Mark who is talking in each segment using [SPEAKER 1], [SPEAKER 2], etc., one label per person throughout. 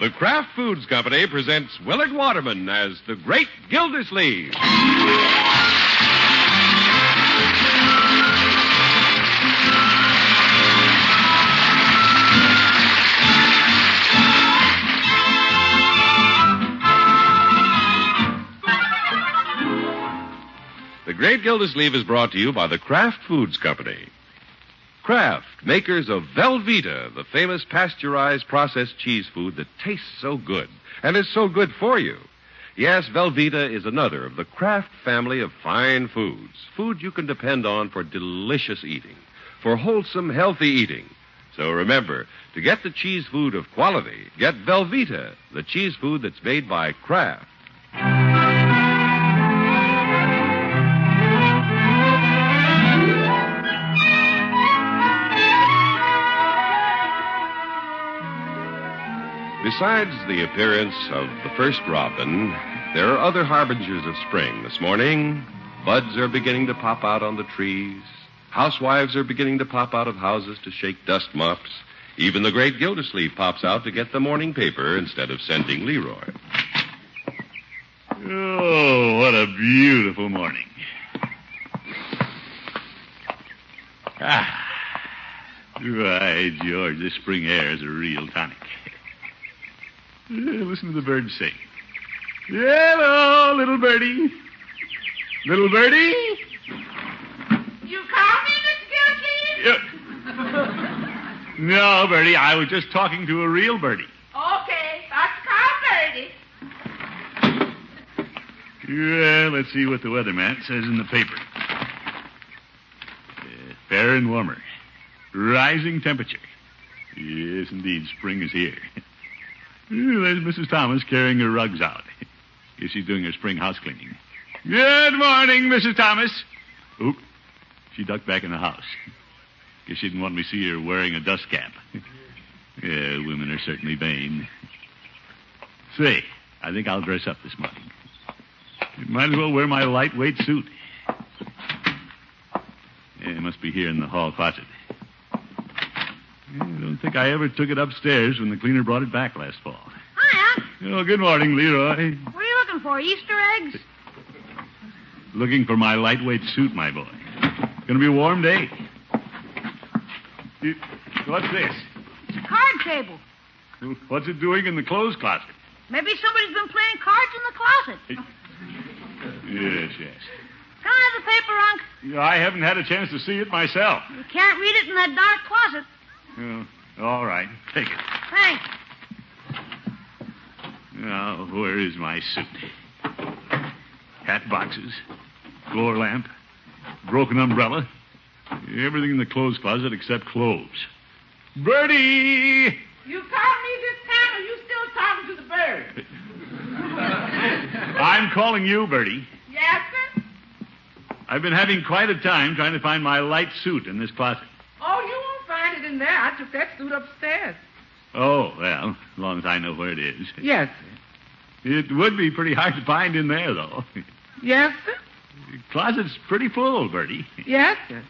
[SPEAKER 1] The Kraft Foods Company presents Willard Waterman as the Great Gildersleeve. The Great Gildersleeve is brought to you by the Kraft Foods Company. Kraft, makers of Velveeta, the famous pasteurized processed cheese food that tastes so good and is so good for you. Yes, Velveeta is another of the Kraft family of fine foods, food you can depend on for delicious eating, for wholesome, healthy eating. So remember, to get the cheese food of quality, get Velveeta, the cheese food that's made by Kraft. Besides the appearance of the first robin, there are other harbingers of spring this morning. Buds are beginning to pop out on the trees. Housewives are beginning to pop out of houses to shake dust mops. Even the great Gildersleeve pops out to get the morning paper instead of sending Leroy.
[SPEAKER 2] Oh, what a beautiful morning. Ah. Why, George, this spring air is a real tonic. Yeah, listen to the birds sing. Hello, little birdie. Little birdie?
[SPEAKER 3] You call me, Mr. Gildersleeve?
[SPEAKER 2] Yeah. No, birdie, I was just talking to a real birdie.
[SPEAKER 3] Okay, that's called Birdie.
[SPEAKER 2] Well, let's see what the weatherman says in the paper. Uh, fair and warmer. Rising temperature. Yes, indeed, spring is here. Ooh, There's Mrs. Thomas carrying her rugs out. Guess she's doing her spring house cleaning. Good morning, Mrs. Thomas. Oop. She ducked back in the house. Guess she didn't want me to see her wearing a dust cap. yeah, women are certainly vain. Say, I think I'll dress up this morning. Might as well wear my lightweight suit. Yeah, it must be here in the hall closet. Yeah, I don't think I ever took it upstairs when the cleaner brought it back last fall.
[SPEAKER 4] Hiya.
[SPEAKER 2] Oh, good morning, Leroy.
[SPEAKER 4] What are you looking for? Easter eggs?
[SPEAKER 2] Looking for my lightweight suit, my boy. Gonna be a warm day. You- What's this?
[SPEAKER 4] It's a card table.
[SPEAKER 2] What's it doing in the clothes closet?
[SPEAKER 4] Maybe somebody's been playing cards in the closet.
[SPEAKER 2] Yes, yes.
[SPEAKER 4] Come out of the paper, Unc.
[SPEAKER 2] Yeah, I haven't had a chance to see it myself.
[SPEAKER 4] You can't read it in that dark closet.
[SPEAKER 2] Oh, all right, take it.
[SPEAKER 4] Thanks.
[SPEAKER 2] Now, where is my suit? Hat boxes, floor lamp, broken umbrella, everything in the clothes closet except clothes. Bertie!
[SPEAKER 3] You call me this time, or you still talking to the bird?
[SPEAKER 2] I'm calling you, Bertie.
[SPEAKER 3] Yes, sir?
[SPEAKER 2] I've been having quite a time trying to find my light suit in this closet.
[SPEAKER 3] Oh, you won't find it in there. I took that suit upstairs.
[SPEAKER 2] Oh, well, as long as I know where it is.
[SPEAKER 3] Yes, sir.
[SPEAKER 2] It would be pretty hard to find in there, though.
[SPEAKER 3] Yes, sir.
[SPEAKER 2] Closet's pretty full, Bertie.
[SPEAKER 3] Yes, sir.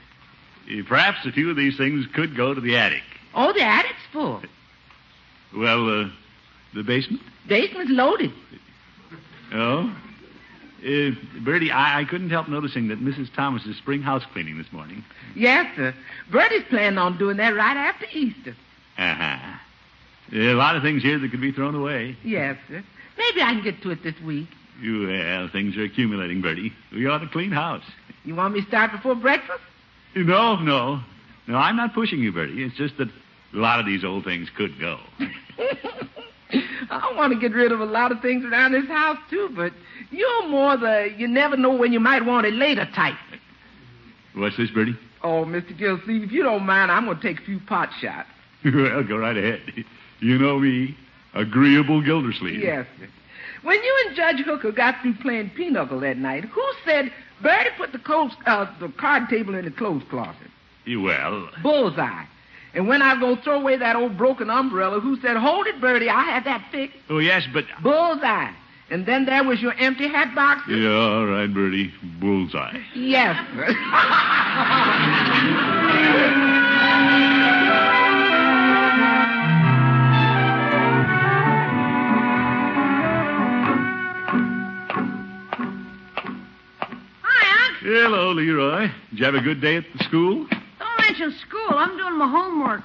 [SPEAKER 2] Perhaps a few of these things could go to the attic.
[SPEAKER 3] Oh, the attic's full.
[SPEAKER 2] Well, uh, the basement?
[SPEAKER 3] Basement's loaded.
[SPEAKER 2] Oh? Uh, Bertie, I-, I couldn't help noticing that Mrs. Thomas is spring house cleaning this morning.
[SPEAKER 3] Yes, sir. Birdie's planning on doing that right after Easter.
[SPEAKER 2] Uh-huh. There are a lot of things here that could be thrown away.
[SPEAKER 3] Yes, sir. Maybe I can get to it this week.
[SPEAKER 2] Well, things are accumulating, Bertie. We ought to clean house.
[SPEAKER 3] You want me to start before breakfast?
[SPEAKER 2] No, no. No, I'm not pushing you, Bertie. It's just that a lot of these old things could go.
[SPEAKER 3] I want to get rid of a lot of things around this house, too, but you're more the you never know when you might want it later type.
[SPEAKER 2] What's this, Bertie?
[SPEAKER 3] Oh, Mr. Gilsleeve, if you don't mind, I'm going to take a few pot shots.
[SPEAKER 2] well, go right ahead. You know me. Agreeable Gildersleeve.
[SPEAKER 3] Yes, sir. When you and Judge Hooker got through playing pinochle that night, who said Bertie put the clothes, uh, the card table in the clothes closet?
[SPEAKER 2] Well,
[SPEAKER 3] Bullseye. And when I was going to throw away that old broken umbrella, who said, hold it, Bertie, I had that fixed?
[SPEAKER 2] oh, yes, but...
[SPEAKER 3] Bullseye. And then there was your empty hat box.
[SPEAKER 2] Yeah, all right, Bertie. Bullseye.
[SPEAKER 3] Yes, sir.
[SPEAKER 2] Hello, Leroy. Did you have a good day at the school?
[SPEAKER 4] Don't mention school. I'm doing my homework.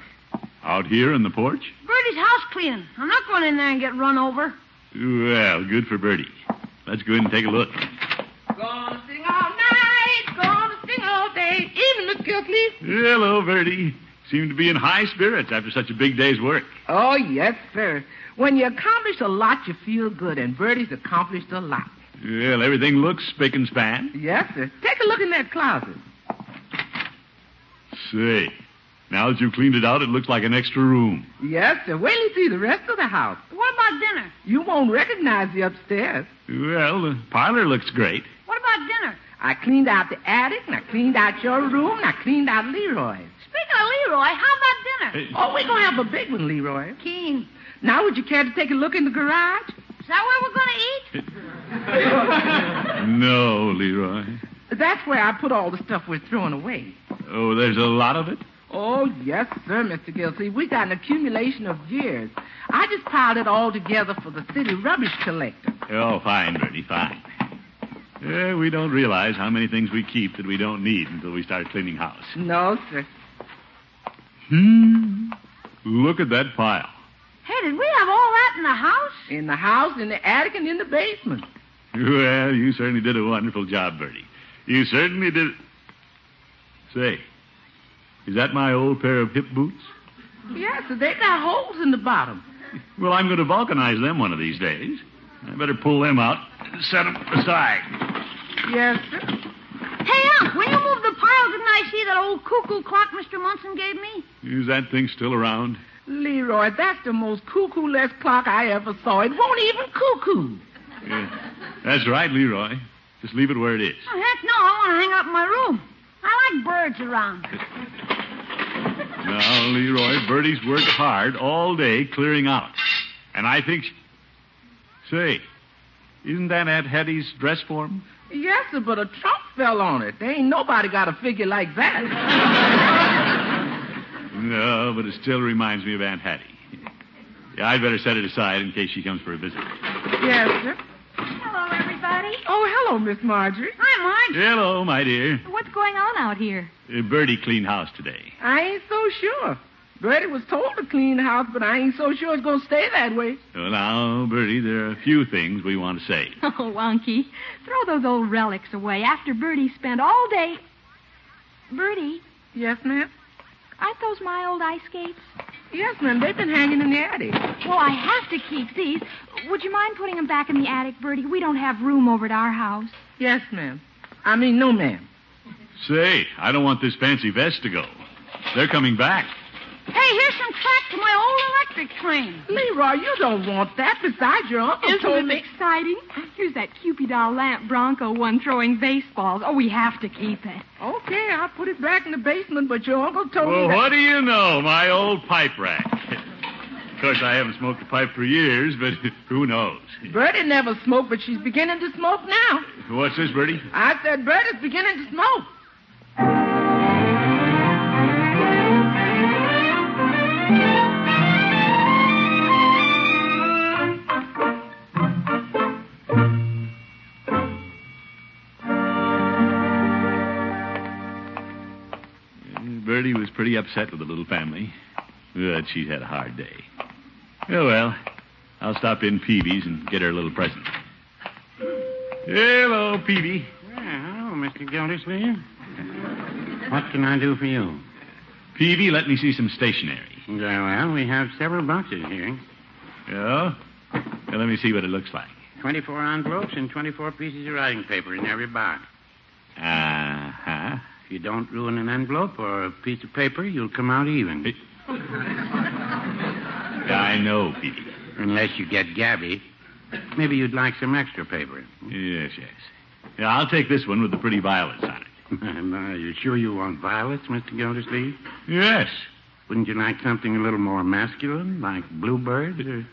[SPEAKER 2] Out here on the porch?
[SPEAKER 4] Bertie's house cleaning. I'm not going in there and get run over.
[SPEAKER 2] Well, good for Bertie. Let's go in and take a look.
[SPEAKER 3] Gonna sing all night, gonna sing all day. Even the Kipling.
[SPEAKER 2] Hello, Bertie. Seem to be in high spirits after such a big day's work.
[SPEAKER 3] Oh, yes, sir. When you accomplish a lot, you feel good, and Bertie's accomplished a lot.
[SPEAKER 2] Well, everything looks spick and span.
[SPEAKER 3] Yes, sir. Take a look in that closet.
[SPEAKER 2] Say, now that you've cleaned it out, it looks like an extra room.
[SPEAKER 3] Yes, sir. Wait till you see the rest of the house.
[SPEAKER 4] What about dinner?
[SPEAKER 3] You won't recognize the upstairs.
[SPEAKER 2] Well, the parlor looks great.
[SPEAKER 4] What about dinner?
[SPEAKER 3] I cleaned out the attic, and I cleaned out your room, and I cleaned out Leroy's.
[SPEAKER 4] Speaking of Leroy, how about dinner?
[SPEAKER 2] Hey,
[SPEAKER 3] Oh, we're going to have a big one, Leroy.
[SPEAKER 4] Keen.
[SPEAKER 3] Now, would you care to take a look in the garage?
[SPEAKER 4] Is that where we're going to eat?
[SPEAKER 2] No, Leroy.
[SPEAKER 3] That's where I put all the stuff we're throwing away.
[SPEAKER 2] Oh, there's a lot of it?
[SPEAKER 3] Oh, yes, sir, Mr. Gilsey. We got an accumulation of years. I just piled it all together for the city rubbish collector.
[SPEAKER 2] Oh, fine, Bertie, fine. Eh, we don't realize how many things we keep that we don't need until we start cleaning house.
[SPEAKER 3] No, sir.
[SPEAKER 2] Hmm. Look at that pile.
[SPEAKER 4] Hey, did we have all that in the house?
[SPEAKER 3] In the house, in the attic, and in the basement.
[SPEAKER 2] Well, you certainly did a wonderful job, Bertie. You certainly did. Say, is that my old pair of hip boots?
[SPEAKER 3] Yes, sir. They got holes in the bottom.
[SPEAKER 2] Well, I'm going to vulcanize them one of these days. I better pull them out and set them aside.
[SPEAKER 3] Yes, sir.
[SPEAKER 4] Hey, Unc, when you moved the pile, didn't I see that old cuckoo clock Mr. Munson gave me?
[SPEAKER 2] Is that thing still around?
[SPEAKER 3] Leroy, that's the most cuckoo-less clock I ever saw. It won't even cuckoo.
[SPEAKER 2] Yeah. That's right, Leroy. Just leave it where it is.
[SPEAKER 4] Oh, heck no, I want to hang up in my room. I like birds around.
[SPEAKER 2] Now, Leroy, Bertie's worked hard all day clearing out. And I think. She... Say, isn't that Aunt Hattie's dress form?
[SPEAKER 3] Yes, sir, but a trump fell on it. There ain't nobody got a figure like that.
[SPEAKER 2] No, but it still reminds me of Aunt Hattie. Yeah, I'd better set it aside in case she comes for a visit.
[SPEAKER 3] yes, sir.
[SPEAKER 4] Hello, everybody.
[SPEAKER 3] Oh, hello, Miss Marjorie.
[SPEAKER 4] Hi, Marge.
[SPEAKER 2] Hello, my dear.
[SPEAKER 4] What's going on out here?
[SPEAKER 2] Uh, Bertie cleaned house today.
[SPEAKER 3] I ain't so sure. Bertie was told to clean the house, but I ain't so sure it's going to stay that way.
[SPEAKER 2] Well, now, Bertie, there are a few things we want to say.
[SPEAKER 5] Oh, Unky, throw those old relics away after Bertie spent all day. Bertie,
[SPEAKER 3] Yes, ma'am?
[SPEAKER 5] aren't those my old ice skates?
[SPEAKER 3] Yes, ma'am. They've been hanging in the attic.
[SPEAKER 5] Well, I have to keep these. Would you mind putting them back in the attic, Bertie? We don't have room over at our house.
[SPEAKER 3] Yes, ma'am. I mean, no, ma'am.
[SPEAKER 2] Say, I don't want this fancy vest to go. They're coming back.
[SPEAKER 4] Hey, here's some track to my old electric train.
[SPEAKER 3] Leroy, you don't want that. Besides, your uncle told
[SPEAKER 5] Isn't it
[SPEAKER 3] me.
[SPEAKER 5] exciting? Here's that Cupid doll lamp Bronco one throwing baseballs. Oh, we have to keep it.
[SPEAKER 3] Okay, I'll put it back in the basement, but your uncle told me.
[SPEAKER 2] Well,
[SPEAKER 3] that-
[SPEAKER 2] what do you know? My old pipe rack. of course, I haven't smoked a pipe for years, but who knows?
[SPEAKER 3] Bertie never smoked, but she's beginning to smoke now.
[SPEAKER 2] What's this, Bertie?
[SPEAKER 3] I said Bertie's beginning to smoke.
[SPEAKER 2] Mm, Bertie was pretty upset with the little family. But she's had a hard day. Oh, well. I'll stop in Peavy's and get her a little present. Hello, Peavy.
[SPEAKER 6] Well, hello, Mr. Gildersleeve. What can I do for you?
[SPEAKER 2] Peavy, let me see some stationery.
[SPEAKER 6] Yeah, well, we have several boxes here.
[SPEAKER 2] Oh? Well, let me see what it looks like.
[SPEAKER 6] 24 envelopes and 24 pieces of writing paper in every box.
[SPEAKER 2] Uh-huh.
[SPEAKER 6] If you don't ruin an envelope or a piece of paper, you'll come out even.
[SPEAKER 2] Hey. I know, Peavy.
[SPEAKER 6] Unless you get Gabby. Maybe you'd like some extra paper.
[SPEAKER 2] Yes, yes. Yeah, I'll take this one with the pretty violets on it.
[SPEAKER 6] Now, you sure you want violets, Mr. Gildersleeve?
[SPEAKER 2] Yes.
[SPEAKER 6] Wouldn't you like something a little more masculine, like bluebirds or...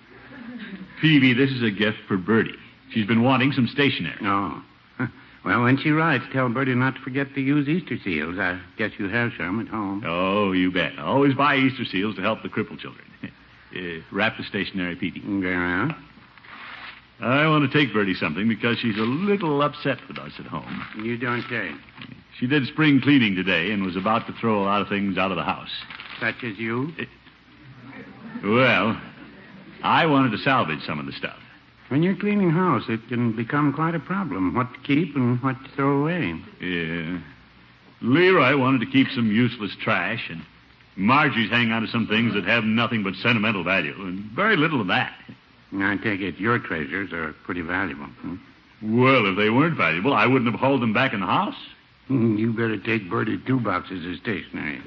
[SPEAKER 2] Peavy, this is a gift for Bertie. She's been wanting some stationery.
[SPEAKER 6] Oh. Well, when she writes, tell Bertie not to forget to use Easter seals. I guess you have some at home.
[SPEAKER 2] Oh, you bet. I always buy Easter seals to help the crippled children. uh, wrap the stationery, Peavy.
[SPEAKER 6] Yeah.
[SPEAKER 2] I want to take Bertie something because she's a little upset with us at home.
[SPEAKER 6] You don't say.
[SPEAKER 2] She did spring cleaning today and was about to throw a lot of things out of the house.
[SPEAKER 6] Such as you?
[SPEAKER 2] Well, I wanted to salvage some of the stuff.
[SPEAKER 6] When you're cleaning house, it can become quite a problem what to keep and what to throw away.
[SPEAKER 2] Yeah. Uh, Leroy wanted to keep some useless trash, and Margie's hanging on to some things that have nothing but sentimental value, and very little of that.
[SPEAKER 6] And I take it your treasures are pretty valuable. Hmm?
[SPEAKER 2] Well, if they weren't valuable, I wouldn't have hauled them back in the house.
[SPEAKER 6] Hmm, You better take Bertie two boxes of stationery.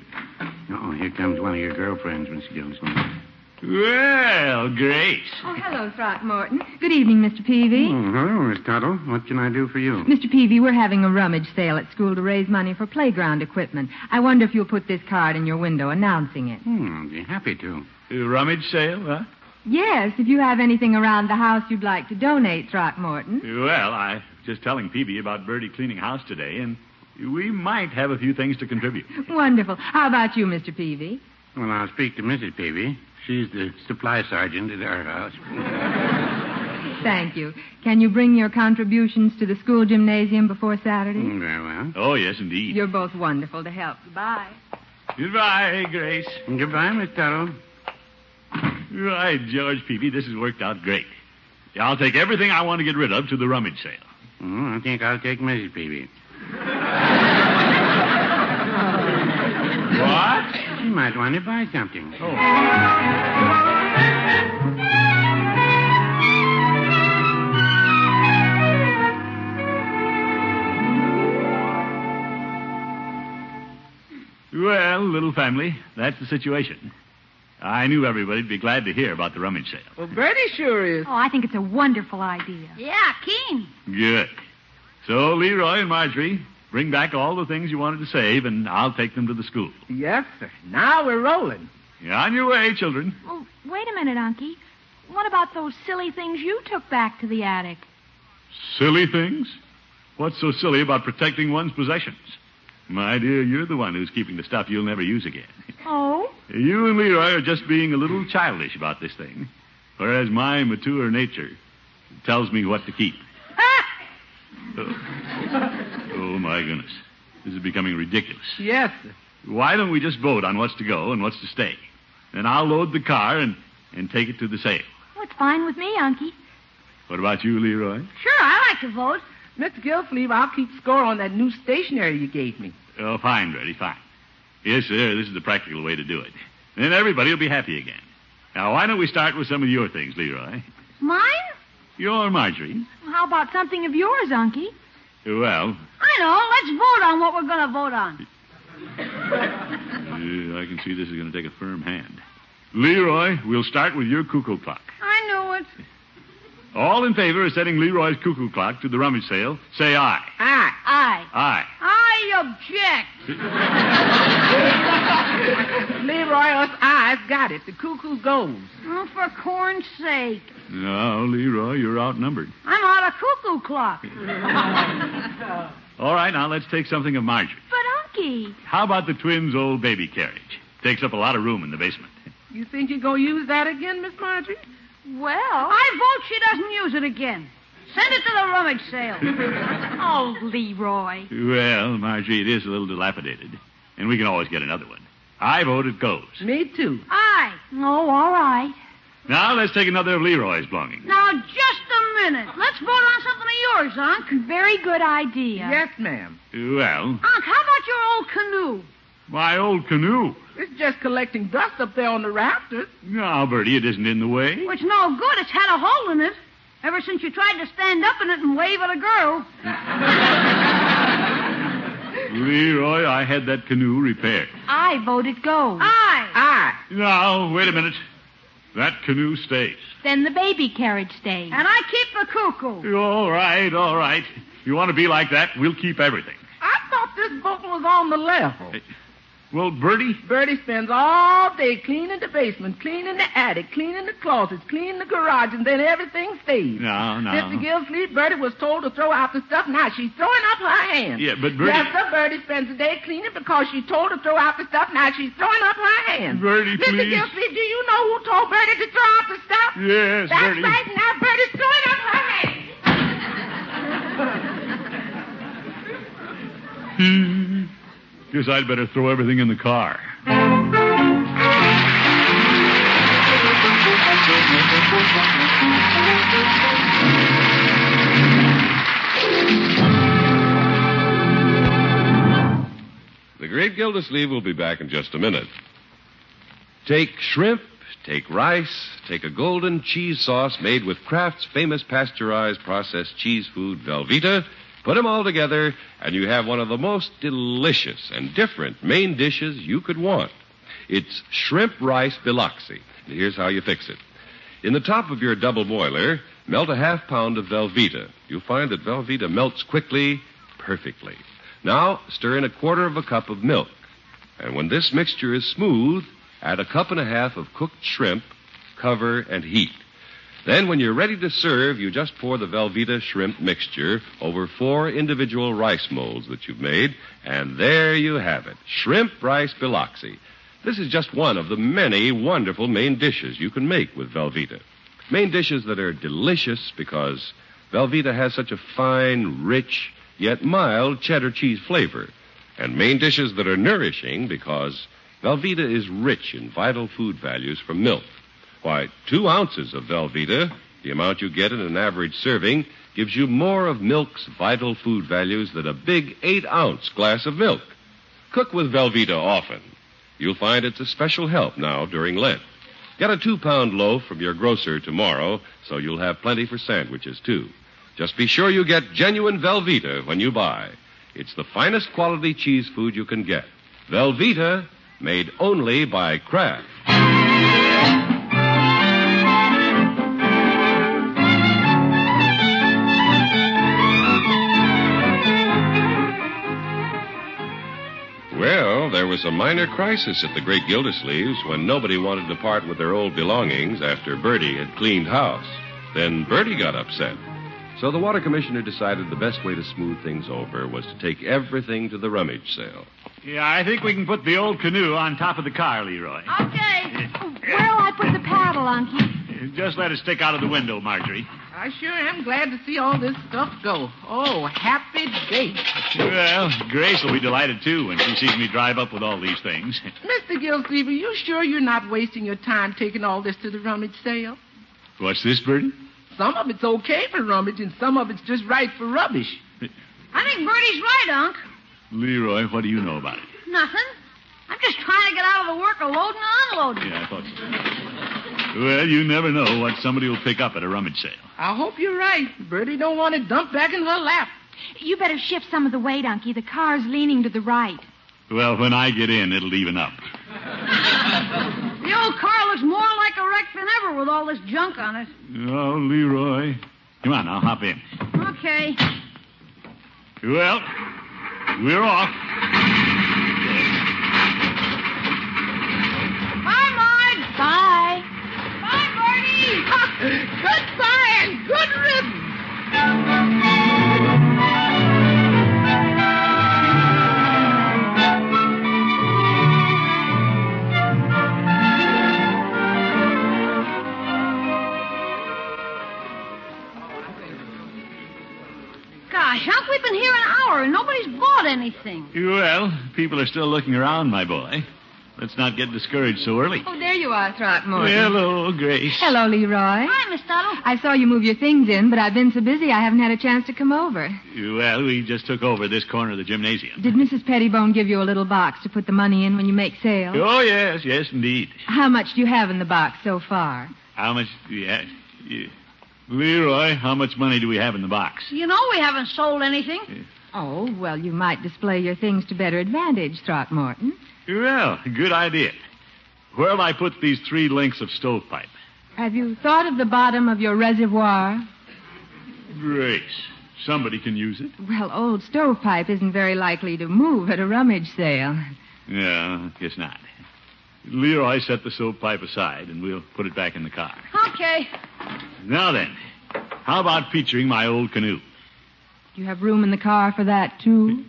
[SPEAKER 6] Oh, here comes one of your girlfriends, Miss Gilson.
[SPEAKER 2] Well, Grace.
[SPEAKER 5] Oh, hello, Throckmorton. Good evening, Mr. Peavy.
[SPEAKER 6] Mm, hello, Miss Tuttle. What can I do for you?
[SPEAKER 5] Mr. Peavy, we're having a rummage sale at school to raise money for playground equipment. I wonder if you'll put this card in your window announcing it.
[SPEAKER 6] Hmm, I'd be happy to.
[SPEAKER 2] A rummage sale, huh?
[SPEAKER 5] Yes, if you have anything around the house you'd like to donate, Throckmorton.
[SPEAKER 2] Well, I was just telling Peavy about Bertie cleaning house today, and we might have a few things to contribute.
[SPEAKER 5] Wonderful. How about you, Mr. Peavy?
[SPEAKER 6] Well, I'll speak to Mrs. Peavy. She's the supply sergeant at our house.
[SPEAKER 5] Thank you. Can you bring your contributions to the school gymnasium before Saturday?
[SPEAKER 6] Mm, Very well.
[SPEAKER 2] Oh, yes, indeed.
[SPEAKER 5] You're both wonderful to help. Goodbye.
[SPEAKER 2] Goodbye, Grace.
[SPEAKER 6] Goodbye, Miss Tuttle.
[SPEAKER 2] Right, George Peavy, this has worked out great. I'll take everything I want to get rid of to the rummage sale.
[SPEAKER 6] Mm, I think I'll take Mrs. Peavy.
[SPEAKER 2] What?
[SPEAKER 6] She might want to buy something.
[SPEAKER 2] Well, little family, that's the situation. I knew everybody'd be glad to hear about the rummage sale.
[SPEAKER 3] Well, Bertie sure is.
[SPEAKER 5] Oh, I think it's a wonderful idea.
[SPEAKER 4] Yeah, keen.
[SPEAKER 2] Good. So, Leroy and Marjorie, bring back all the things you wanted to save, and I'll take them to the school.
[SPEAKER 3] Yes, sir. Now we're rolling.
[SPEAKER 2] You're on your way, eh, children.
[SPEAKER 5] Oh, wait a minute, Unky. What about those silly things you took back to the attic?
[SPEAKER 2] Silly things? What's so silly about protecting one's possessions? My dear, you're the one who's keeping the stuff you'll never use again.
[SPEAKER 5] Oh?
[SPEAKER 2] You and Leroy are just being a little childish about this thing, whereas my mature nature tells me what to keep. oh. oh, my goodness. This is becoming ridiculous.
[SPEAKER 3] Yes, sir.
[SPEAKER 2] Why don't we just vote on what's to go and what's to stay? And I'll load the car and, and take it to the sale.
[SPEAKER 5] Well, Oh, it's fine with me, Unky.
[SPEAKER 2] What about you, Leroy?
[SPEAKER 4] Sure, I like to vote.
[SPEAKER 3] Mr. Gilfleeve, I'll keep score on that new stationery you gave me.
[SPEAKER 2] Oh, fine, Bertie, fine. Yes, sir, this is the practical way to do it. Then everybody will be happy again. Now, why don't we start with some of your things, Leroy?
[SPEAKER 4] Mine?
[SPEAKER 2] Your Marjorie.
[SPEAKER 5] Well, how about something of yours, Unky?
[SPEAKER 2] Well,
[SPEAKER 4] I know. Let's vote on what we're going to vote on.
[SPEAKER 2] uh, I can see this is going to take a firm hand. Leroy, we'll start with your cuckoo clock.
[SPEAKER 4] I knew it.
[SPEAKER 2] All in favor of setting Leroy's cuckoo clock to the rummage sale, say aye.
[SPEAKER 3] Ah,
[SPEAKER 4] I.
[SPEAKER 2] Aye.
[SPEAKER 4] I object.
[SPEAKER 3] Leroy, us eyes got it. The cuckoo goes.
[SPEAKER 4] Oh, for corn's sake.
[SPEAKER 2] No, Leroy, you're outnumbered.
[SPEAKER 4] I'm on a cuckoo clock.
[SPEAKER 2] All right, now let's take something of Marjorie.
[SPEAKER 5] But, Unky.
[SPEAKER 2] How about the twins' old baby carriage? Takes up a lot of room in the basement.
[SPEAKER 3] You think you're going to use that again, Miss Marjorie?
[SPEAKER 5] Well.
[SPEAKER 4] I vote she doesn't use it again. Send it to the rummage sale.
[SPEAKER 5] Oh, Leroy.
[SPEAKER 2] Well, Marjorie, it is a little dilapidated, and we can always get another one. I vote it goes.
[SPEAKER 3] Me too.
[SPEAKER 4] I.
[SPEAKER 5] Oh, all right.
[SPEAKER 2] Now let's take another of Leroy's belongings.
[SPEAKER 4] Now, just a minute. Let's vote on something of yours, Unc.
[SPEAKER 5] Very good idea.
[SPEAKER 3] Yes, ma'am.
[SPEAKER 2] Well,
[SPEAKER 4] Unc, how about your old canoe?
[SPEAKER 2] my old canoe.
[SPEAKER 3] It's just collecting dust up there on the rafters.
[SPEAKER 2] Now, Bertie, it isn't in the way.
[SPEAKER 4] Well, It's no good. It's had a hole in it ever since you tried to stand up in it and wave at a girl.
[SPEAKER 2] Leroy, I had that canoe repaired.
[SPEAKER 5] I vote it goes.
[SPEAKER 4] I.
[SPEAKER 3] Ah,
[SPEAKER 2] Now, wait a minute. That canoe stays.
[SPEAKER 5] Then the baby carriage stays.
[SPEAKER 4] And I keep the cuckoo.
[SPEAKER 2] All right, all right. If you want to be like that, we'll keep everything.
[SPEAKER 3] I thought this book was on the level.
[SPEAKER 2] Well, Bertie,
[SPEAKER 3] Bertie spends all day cleaning the basement, cleaning the attic, cleaning the closets, cleaning the garage, and then everything stays.
[SPEAKER 2] No, no.
[SPEAKER 3] Mr. Gilfleet, Bertie was told to throw out the stuff. Now she's throwing up her hand.
[SPEAKER 2] Yeah, but Bertie-
[SPEAKER 3] Yes, sir, Bertie spends the day cleaning because she told to throw out the stuff. Now she's throwing up her hand.
[SPEAKER 2] Bertie,
[SPEAKER 3] Mr.
[SPEAKER 2] please.
[SPEAKER 3] Gilfleet, do you know who told Bertie to throw out the stuff?
[SPEAKER 2] Yes,
[SPEAKER 3] That's
[SPEAKER 2] Bertie.
[SPEAKER 3] right. Now Bertie's throwing up her
[SPEAKER 2] Guess I'd better throw everything in the car.
[SPEAKER 1] The great Gildersleeve will be back in just a minute. Take shrimp, take rice, take a golden cheese sauce made with Kraft's famous pasteurized processed cheese food, Velveeta. Put 'em all together, and you have one of the most delicious and different main dishes you could want. It's shrimp rice biloxi. And Here's how you fix it. In the top of your double boiler, melt a half pound of Velveeta. You'll find that Velveeta melts quickly, perfectly. Now, stir in a quarter of a cup of milk. And when this mixture is smooth, add a cup and a half of cooked shrimp, cover, and heat. Then, when you're ready to serve, you just pour the Velveeta shrimp mixture over four individual rice molds that you've made, and there you have it shrimp rice biloxi. This is just one of the many wonderful main dishes you can make with Velveeta. Main dishes that are delicious because Velveeta has such a fine, rich, yet mild cheddar cheese flavor. And main dishes that are nourishing because Velveeta is rich in vital food values from milk. Why, two ounces of Velveeta, the amount you get in an average serving, gives you more of milk's vital food values than a big eight ounce glass of milk. Cook with Velveeta often. You'll find it's a special help now during Lent. Get a two pound loaf from your grocer tomorrow, so you'll have plenty for sandwiches, too. Just be sure you get genuine Velveeta when you buy. It's the finest quality cheese food you can get. Velveeta, made only by Kraft. Well, there was a minor crisis at the Great Gildersleeves when nobody wanted to part with their old belongings after Bertie had cleaned house. Then Bertie got upset. So the water commissioner decided the best way to smooth things over was to take everything to the rummage sale.
[SPEAKER 2] Yeah, I think we can put the old canoe on top of the car, Leroy.
[SPEAKER 4] Okay.
[SPEAKER 5] Where'll I put the paddle, Unky?
[SPEAKER 2] Just let it stick out of the window, Marjorie.
[SPEAKER 3] I sure am glad to see all this stuff go. Oh, happy day.
[SPEAKER 2] Well, Grace will be delighted, too, when she sees me drive up with all these things.
[SPEAKER 3] Mr. Gilsleeve, are you sure you're not wasting your time taking all this to the rummage sale?
[SPEAKER 2] What's this, Burton?
[SPEAKER 3] Some of it's okay for rummage, and some of it's just right for rubbish.
[SPEAKER 4] I think Bertie's right, Unc.
[SPEAKER 2] Leroy, what do you know about it?
[SPEAKER 4] Nothing. I'm just trying to get out of the work of loading and unloading.
[SPEAKER 2] Yeah, I thought so. Well, you never know what somebody will pick up at a rummage sale.
[SPEAKER 3] I hope you're right. Bertie don't want it dumped back in her lap.
[SPEAKER 5] You better shift some of the weight, Unky. The car's leaning to the right.
[SPEAKER 2] Well, when I get in, it'll even up.
[SPEAKER 4] The old car looks more like a wreck than ever with all this junk on it.
[SPEAKER 2] Oh, Leroy. Come on, I'll hop in.
[SPEAKER 4] Okay.
[SPEAKER 2] Well, we're off.
[SPEAKER 4] Bye, Marge.
[SPEAKER 5] Bye.
[SPEAKER 4] Bye, Bertie.
[SPEAKER 3] Goodbye and good riddance.
[SPEAKER 4] Gosh, Unc, we've been here an hour and nobody's bought anything.
[SPEAKER 2] Well, people are still looking around, my boy. Let's not get discouraged so early.
[SPEAKER 7] Oh, there you are, Throckmorton.
[SPEAKER 2] Hello, Grace.
[SPEAKER 7] Hello, Leroy.
[SPEAKER 4] Hi, Miss Tuttle.
[SPEAKER 7] I saw you move your things in, but I've been so busy I haven't had a chance to come over.
[SPEAKER 2] Well, we just took over this corner of the gymnasium.
[SPEAKER 7] Did Mrs. Pettibone give you a little box to put the money in when you make sales?
[SPEAKER 2] Oh, yes, yes, indeed.
[SPEAKER 7] How much do you have in the box so far?
[SPEAKER 2] How much? Yeah, yeah. Leroy, how much money do we have in the box?
[SPEAKER 4] You know we haven't sold anything.
[SPEAKER 7] Oh, well, you might display your things to better advantage, Throckmorton.
[SPEAKER 2] Well, good idea. Where'll I put these three lengths of stovepipe?
[SPEAKER 7] Have you thought of the bottom of your reservoir?
[SPEAKER 2] Grace, somebody can use it.
[SPEAKER 7] Well, old stovepipe isn't very likely to move at a rummage sale.
[SPEAKER 2] No, guess not. Leroy, set the stovepipe aside, and we'll put it back in the car.
[SPEAKER 4] Okay.
[SPEAKER 2] Now then, how about featuring my old canoe?
[SPEAKER 7] Do you have room in the car for that, too?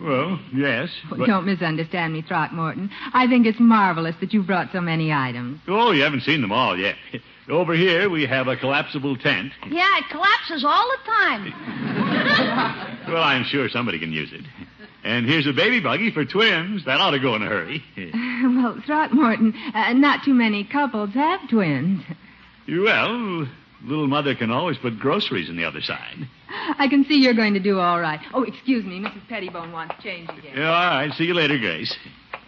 [SPEAKER 2] Well, yes.
[SPEAKER 7] Oh,
[SPEAKER 2] but-
[SPEAKER 7] Don't misunderstand me, Throckmorton. I think it's marvelous that you brought so many items.
[SPEAKER 2] Oh, you haven't seen them all yet. Over here, we have a collapsible tent.
[SPEAKER 4] Yeah, it collapses all the time.
[SPEAKER 2] Well, I'm sure somebody can use it. And here's a baby buggy for twins. That ought to go in a hurry.
[SPEAKER 7] well, Throckmorton, uh, not too many couples have twins.
[SPEAKER 2] well, little mother can always put groceries on the other side.
[SPEAKER 7] I can see you're going to do all right. Oh, excuse me, Mrs. Pettibone wants change again.
[SPEAKER 2] Yeah, all right. See you later, Grace.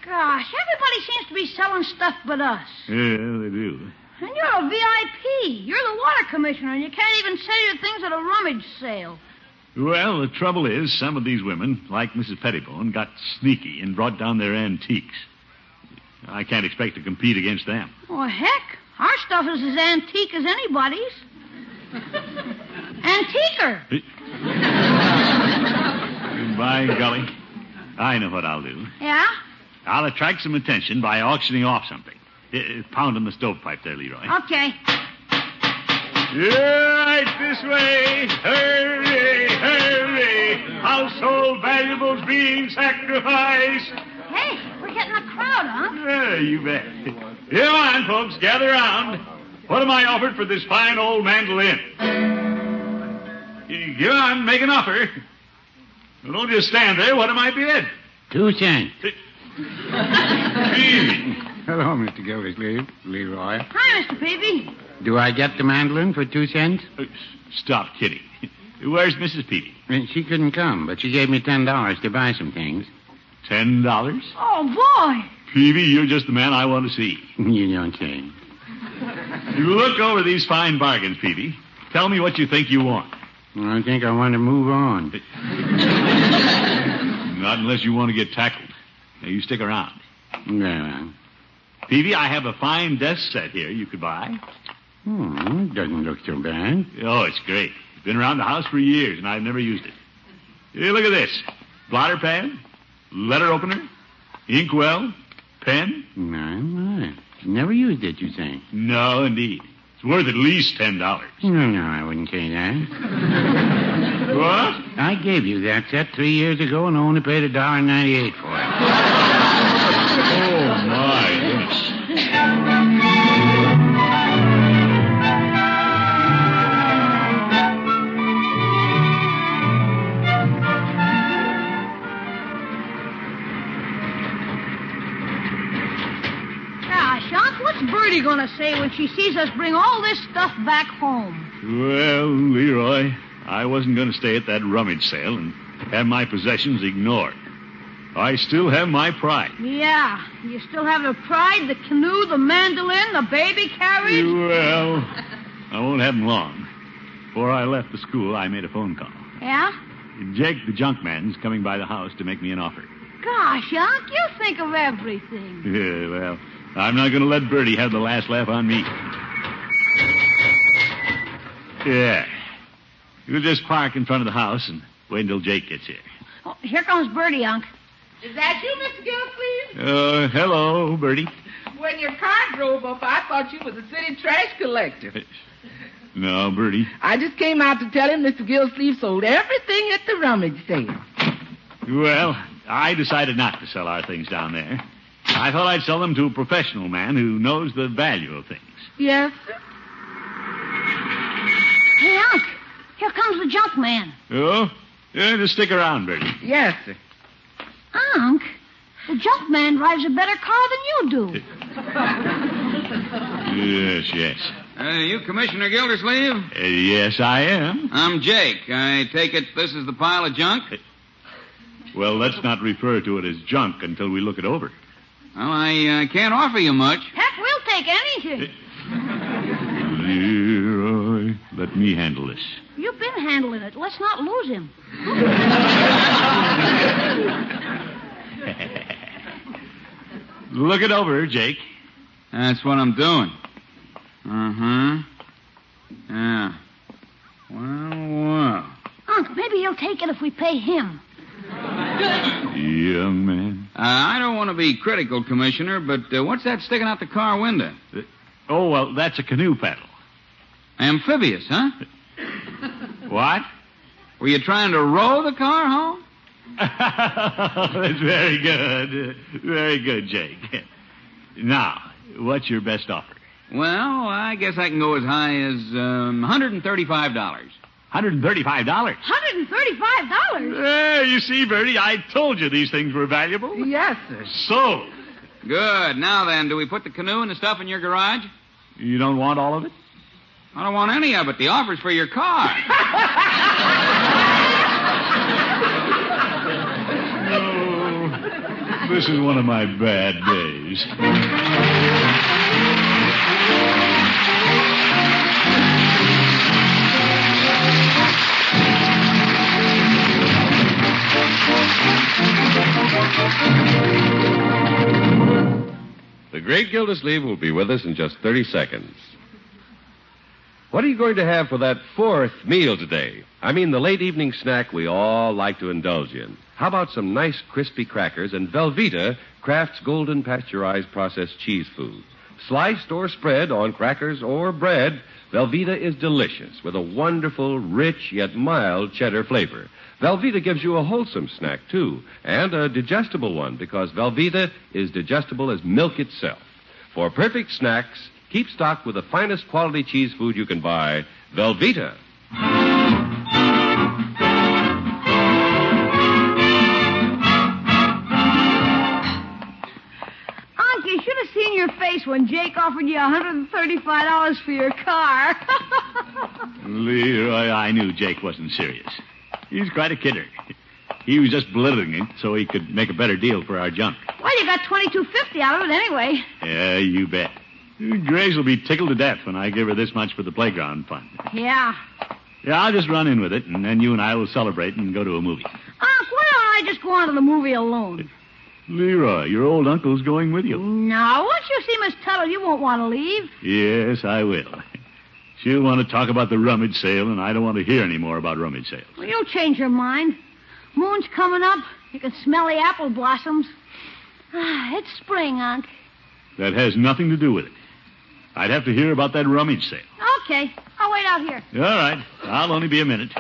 [SPEAKER 4] Gosh, everybody seems to be selling stuff but us.
[SPEAKER 2] Yeah, they do.
[SPEAKER 4] And you're a VIP. You're the water commissioner, and you can't even sell your things at a rummage sale.
[SPEAKER 2] Well, the trouble is, some of these women, like Mrs. Pettibone, got sneaky and brought down their antiques. I can't expect to compete against them.
[SPEAKER 4] Well, heck, our stuff is as antique as anybody's. Antiquer.
[SPEAKER 2] By golly, I know what I'll do.
[SPEAKER 4] Yeah?
[SPEAKER 2] I'll attract some attention by auctioning off something. Uh, pound on the stovepipe there, Leroy.
[SPEAKER 4] Okay.
[SPEAKER 2] Right this way. Hurry, hurry. Household valuables being sacrificed.
[SPEAKER 4] Hey, we're getting a crowd, huh?
[SPEAKER 2] Yeah, you bet. Come on, folks, gather round. What am I offered for this fine old mandolin? Eh, Come on, make an offer. Well, don't just stand there. What am I bid?
[SPEAKER 6] Two cents.
[SPEAKER 2] Gee,
[SPEAKER 6] Hello, Mr. Gildersleeve. Leroy.
[SPEAKER 4] Hi, Mr. Peavy.
[SPEAKER 6] Do I get the mandolin for two cents?
[SPEAKER 2] uh, s- Stop kidding. Where's Mrs. Peavy?
[SPEAKER 6] And she couldn't come, but she gave me ten dollars to buy some things.
[SPEAKER 2] Ten dollars?
[SPEAKER 4] Oh, boy.
[SPEAKER 2] Peavy, you're just the man I want to see.
[SPEAKER 6] You don't say.
[SPEAKER 2] You look over these fine bargains, Peavy. Tell me what you think you want.
[SPEAKER 6] I think I want to move on.
[SPEAKER 2] Not unless you want to get tackled. Now, you stick around.
[SPEAKER 6] Well,
[SPEAKER 2] Peavy, I have a fine desk set here you could buy.
[SPEAKER 6] hmm, doesn't look so bad.
[SPEAKER 2] Oh, it's great. It's been around the house for years, and I've never used it. Hey, look at this. Blotter pad, letter opener, inkwell, pen.
[SPEAKER 6] My, my. Never used it, you say?
[SPEAKER 2] No, indeed. It's worth at least $10.
[SPEAKER 6] No, no, I wouldn't say that.
[SPEAKER 2] What?
[SPEAKER 6] I gave you that set three years ago and only paid a dollar ninety-eight for it.
[SPEAKER 2] Oh, my goodness.
[SPEAKER 4] Gosh, Unc, what's Bertie going to say when she sees us bring all this stuff back home?
[SPEAKER 2] Well, Leroy, I wasn't going to stay at that rummage sale and have my possessions ignored. I still have my pride.
[SPEAKER 4] Yeah, you still have the pride, the canoe, the mandolin, the baby carriage.
[SPEAKER 2] Well, I won't have them long. Before I left the school, I made a phone call.
[SPEAKER 4] Yeah?
[SPEAKER 2] Jake the Junkman's coming by the house to make me an offer.
[SPEAKER 4] Gosh, Unc, you think of everything.
[SPEAKER 2] Yeah, well, I'm not going to let Bertie have the last laugh on me. Yeah. You'll just park in front of the house and wait until Jake gets here.
[SPEAKER 4] Oh, here comes Bertie, Unc.
[SPEAKER 3] Is that you, Mr. Gildersleeve?
[SPEAKER 2] Uh, hello, Bertie.
[SPEAKER 3] When your car drove up, I thought you was a city trash collector.
[SPEAKER 2] No, Bertie.
[SPEAKER 3] I just came out to tell him Mr. Gildersleeve sold everything at the rummage sale.
[SPEAKER 2] Well, I decided not to sell our things down there. I thought I'd sell them to a professional man who knows the value of things.
[SPEAKER 3] Yes,
[SPEAKER 4] Hey, Unc, here comes the junk man.
[SPEAKER 2] Oh? Yeah, just stick around, Bertie.
[SPEAKER 3] Yes, sir.
[SPEAKER 4] Unc, the junk man drives a better car than you do.
[SPEAKER 2] Yes, yes.
[SPEAKER 8] Uh, you Commissioner Gildersleeve?
[SPEAKER 2] Uh, yes, I am.
[SPEAKER 8] I'm Jake. I take it this is the pile of junk?
[SPEAKER 2] Well, let's not refer to it as junk until we look it over.
[SPEAKER 8] Well, I uh, can't offer you much.
[SPEAKER 4] Heck, we'll take anything.
[SPEAKER 2] Leroy, let me handle this.
[SPEAKER 4] You've been handling it. Let's not lose him.
[SPEAKER 2] Look it over, Jake.
[SPEAKER 8] That's what I'm doing. Uh huh. Yeah. Well, well.
[SPEAKER 4] Unc, maybe he'll take it if we pay him.
[SPEAKER 2] Young man.
[SPEAKER 8] Uh, I don't want to be critical, Commissioner, but uh, what's that sticking out the car window?
[SPEAKER 2] Oh, well, that's a canoe paddle.
[SPEAKER 8] Amphibious, huh?
[SPEAKER 2] What?
[SPEAKER 8] Were you trying to row the car home?
[SPEAKER 2] that's very good. Very good, Jake. Now, what's your best offer?
[SPEAKER 8] Well, I guess I can go as high as um, $135.
[SPEAKER 2] $135.
[SPEAKER 4] $135?
[SPEAKER 2] There, you see, Bertie, I told you these things were valuable.
[SPEAKER 3] Yes, sir.
[SPEAKER 2] So,
[SPEAKER 8] Good. Now then, do we put the canoe and the stuff in your garage?
[SPEAKER 2] you don't want all of it?
[SPEAKER 8] I don't want any of it. The offer's for your car.
[SPEAKER 2] No. This is one of my bad days.
[SPEAKER 1] The great Gildersleeve will be with us in just 30 seconds. What are you going to have for that fourth meal today? I mean, the late evening snack we all like to indulge in. How about some nice crispy crackers and Velveeta, Kraft's golden pasteurized processed cheese food? Sliced or spread on crackers or bread, Velveeta is delicious with a wonderful, rich, yet mild cheddar flavor. Velveeta gives you a wholesome snack, too, and a digestible one because Velveeta is digestible as milk itself. For perfect snacks, keep stocked with the finest quality cheese food you can buy, Velveeta.
[SPEAKER 4] Unc, you should have seen your face when Jake offered you $135 for your car.
[SPEAKER 2] Leroy, I knew Jake wasn't serious. He's quite a kidder. He was just blithering it so he could make a better deal for our junk.
[SPEAKER 4] well, you got $22.50 out of it anyway.
[SPEAKER 2] Yeah, you bet. Grace will be tickled to death when I give her this much for the playground fund.
[SPEAKER 4] Yeah.
[SPEAKER 2] Yeah, I'll just run in with it, and then you and I will celebrate and go to a movie.
[SPEAKER 4] Unc, Ah, why don't I just go on to the movie alone?
[SPEAKER 2] Leroy, your old uncle's going with you.
[SPEAKER 4] Now, once you see Miss Tuttle, you won't want to leave.
[SPEAKER 2] Yes, I will. She'll want to talk about the rummage sale, and I don't want to hear any more about rummage sales.
[SPEAKER 4] Well, you'll change your mind. Moon's coming up. You can smell the apple blossoms. Ah, it's spring, Unc.
[SPEAKER 2] That has nothing to do with it. I'd have to hear about that rummage sale.
[SPEAKER 4] Okay, I'll wait out here.
[SPEAKER 2] All right, I'll only be a minute.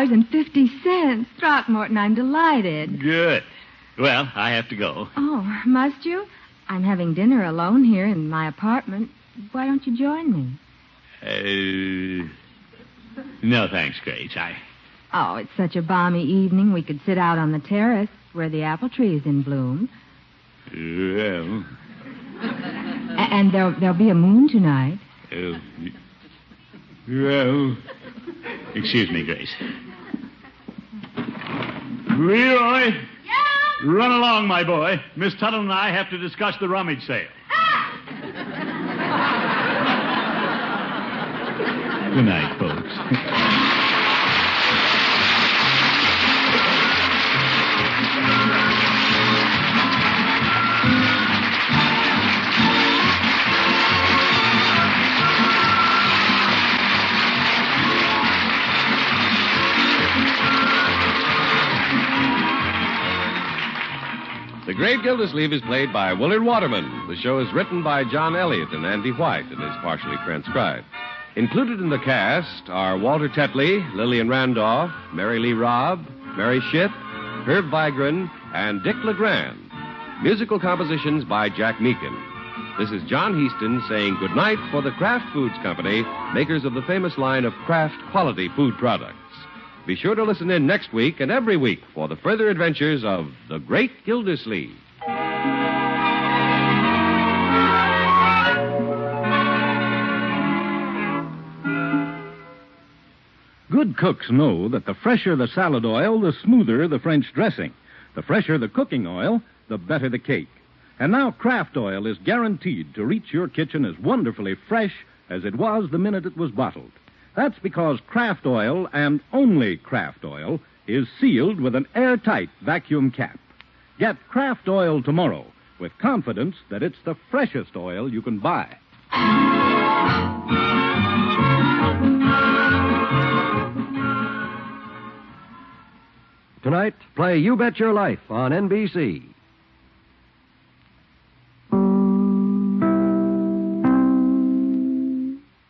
[SPEAKER 7] $22.50. Throckmorton, I'm delighted.
[SPEAKER 2] Good. Well, I have to go.
[SPEAKER 7] Oh, must you? I'm having dinner alone here in my apartment. Why don't you join me?
[SPEAKER 2] Uh, no, thanks, Grace. I
[SPEAKER 7] Oh, it's such a balmy evening. We could sit out on the terrace where the apple tree is in bloom.
[SPEAKER 2] well,
[SPEAKER 7] A- and there'll, there'll be a moon tonight.
[SPEAKER 2] uh, well. Excuse me, Grace. Leroy,
[SPEAKER 4] Yeah?
[SPEAKER 2] run along, my boy. Miss Tuttle and I have to discuss the rummage sale. Good night, folks.
[SPEAKER 1] The Great Gildersleeve is played by Willard Waterman. The show is written by John Elliott and Andy White and is partially transcribed. Included in the cast are Walter Tetley, Lillian Randolph, Mary Lee Robb, Mary Shipp, Herb Vigran, and Dick LeGrand. Musical compositions by Jack Meakin. This is John Heaston saying goodnight for the Kraft Foods Company, makers of the famous line of Kraft quality food products. Be sure to listen in next week and every week for the further adventures of the Great Gildersleeve.
[SPEAKER 9] Good cooks know that the fresher the salad oil, the smoother the French dressing. The fresher the cooking oil, the better the cake. And now Kraft Oil is guaranteed to reach your kitchen as wonderfully fresh as it was the minute it was bottled. That's because Kraft Oil and only Kraft Oil is sealed with an airtight vacuum cap. Get Kraft Oil tomorrow with confidence that it's the freshest oil you can buy.
[SPEAKER 10] Tonight, play You Bet Your Life on NBC.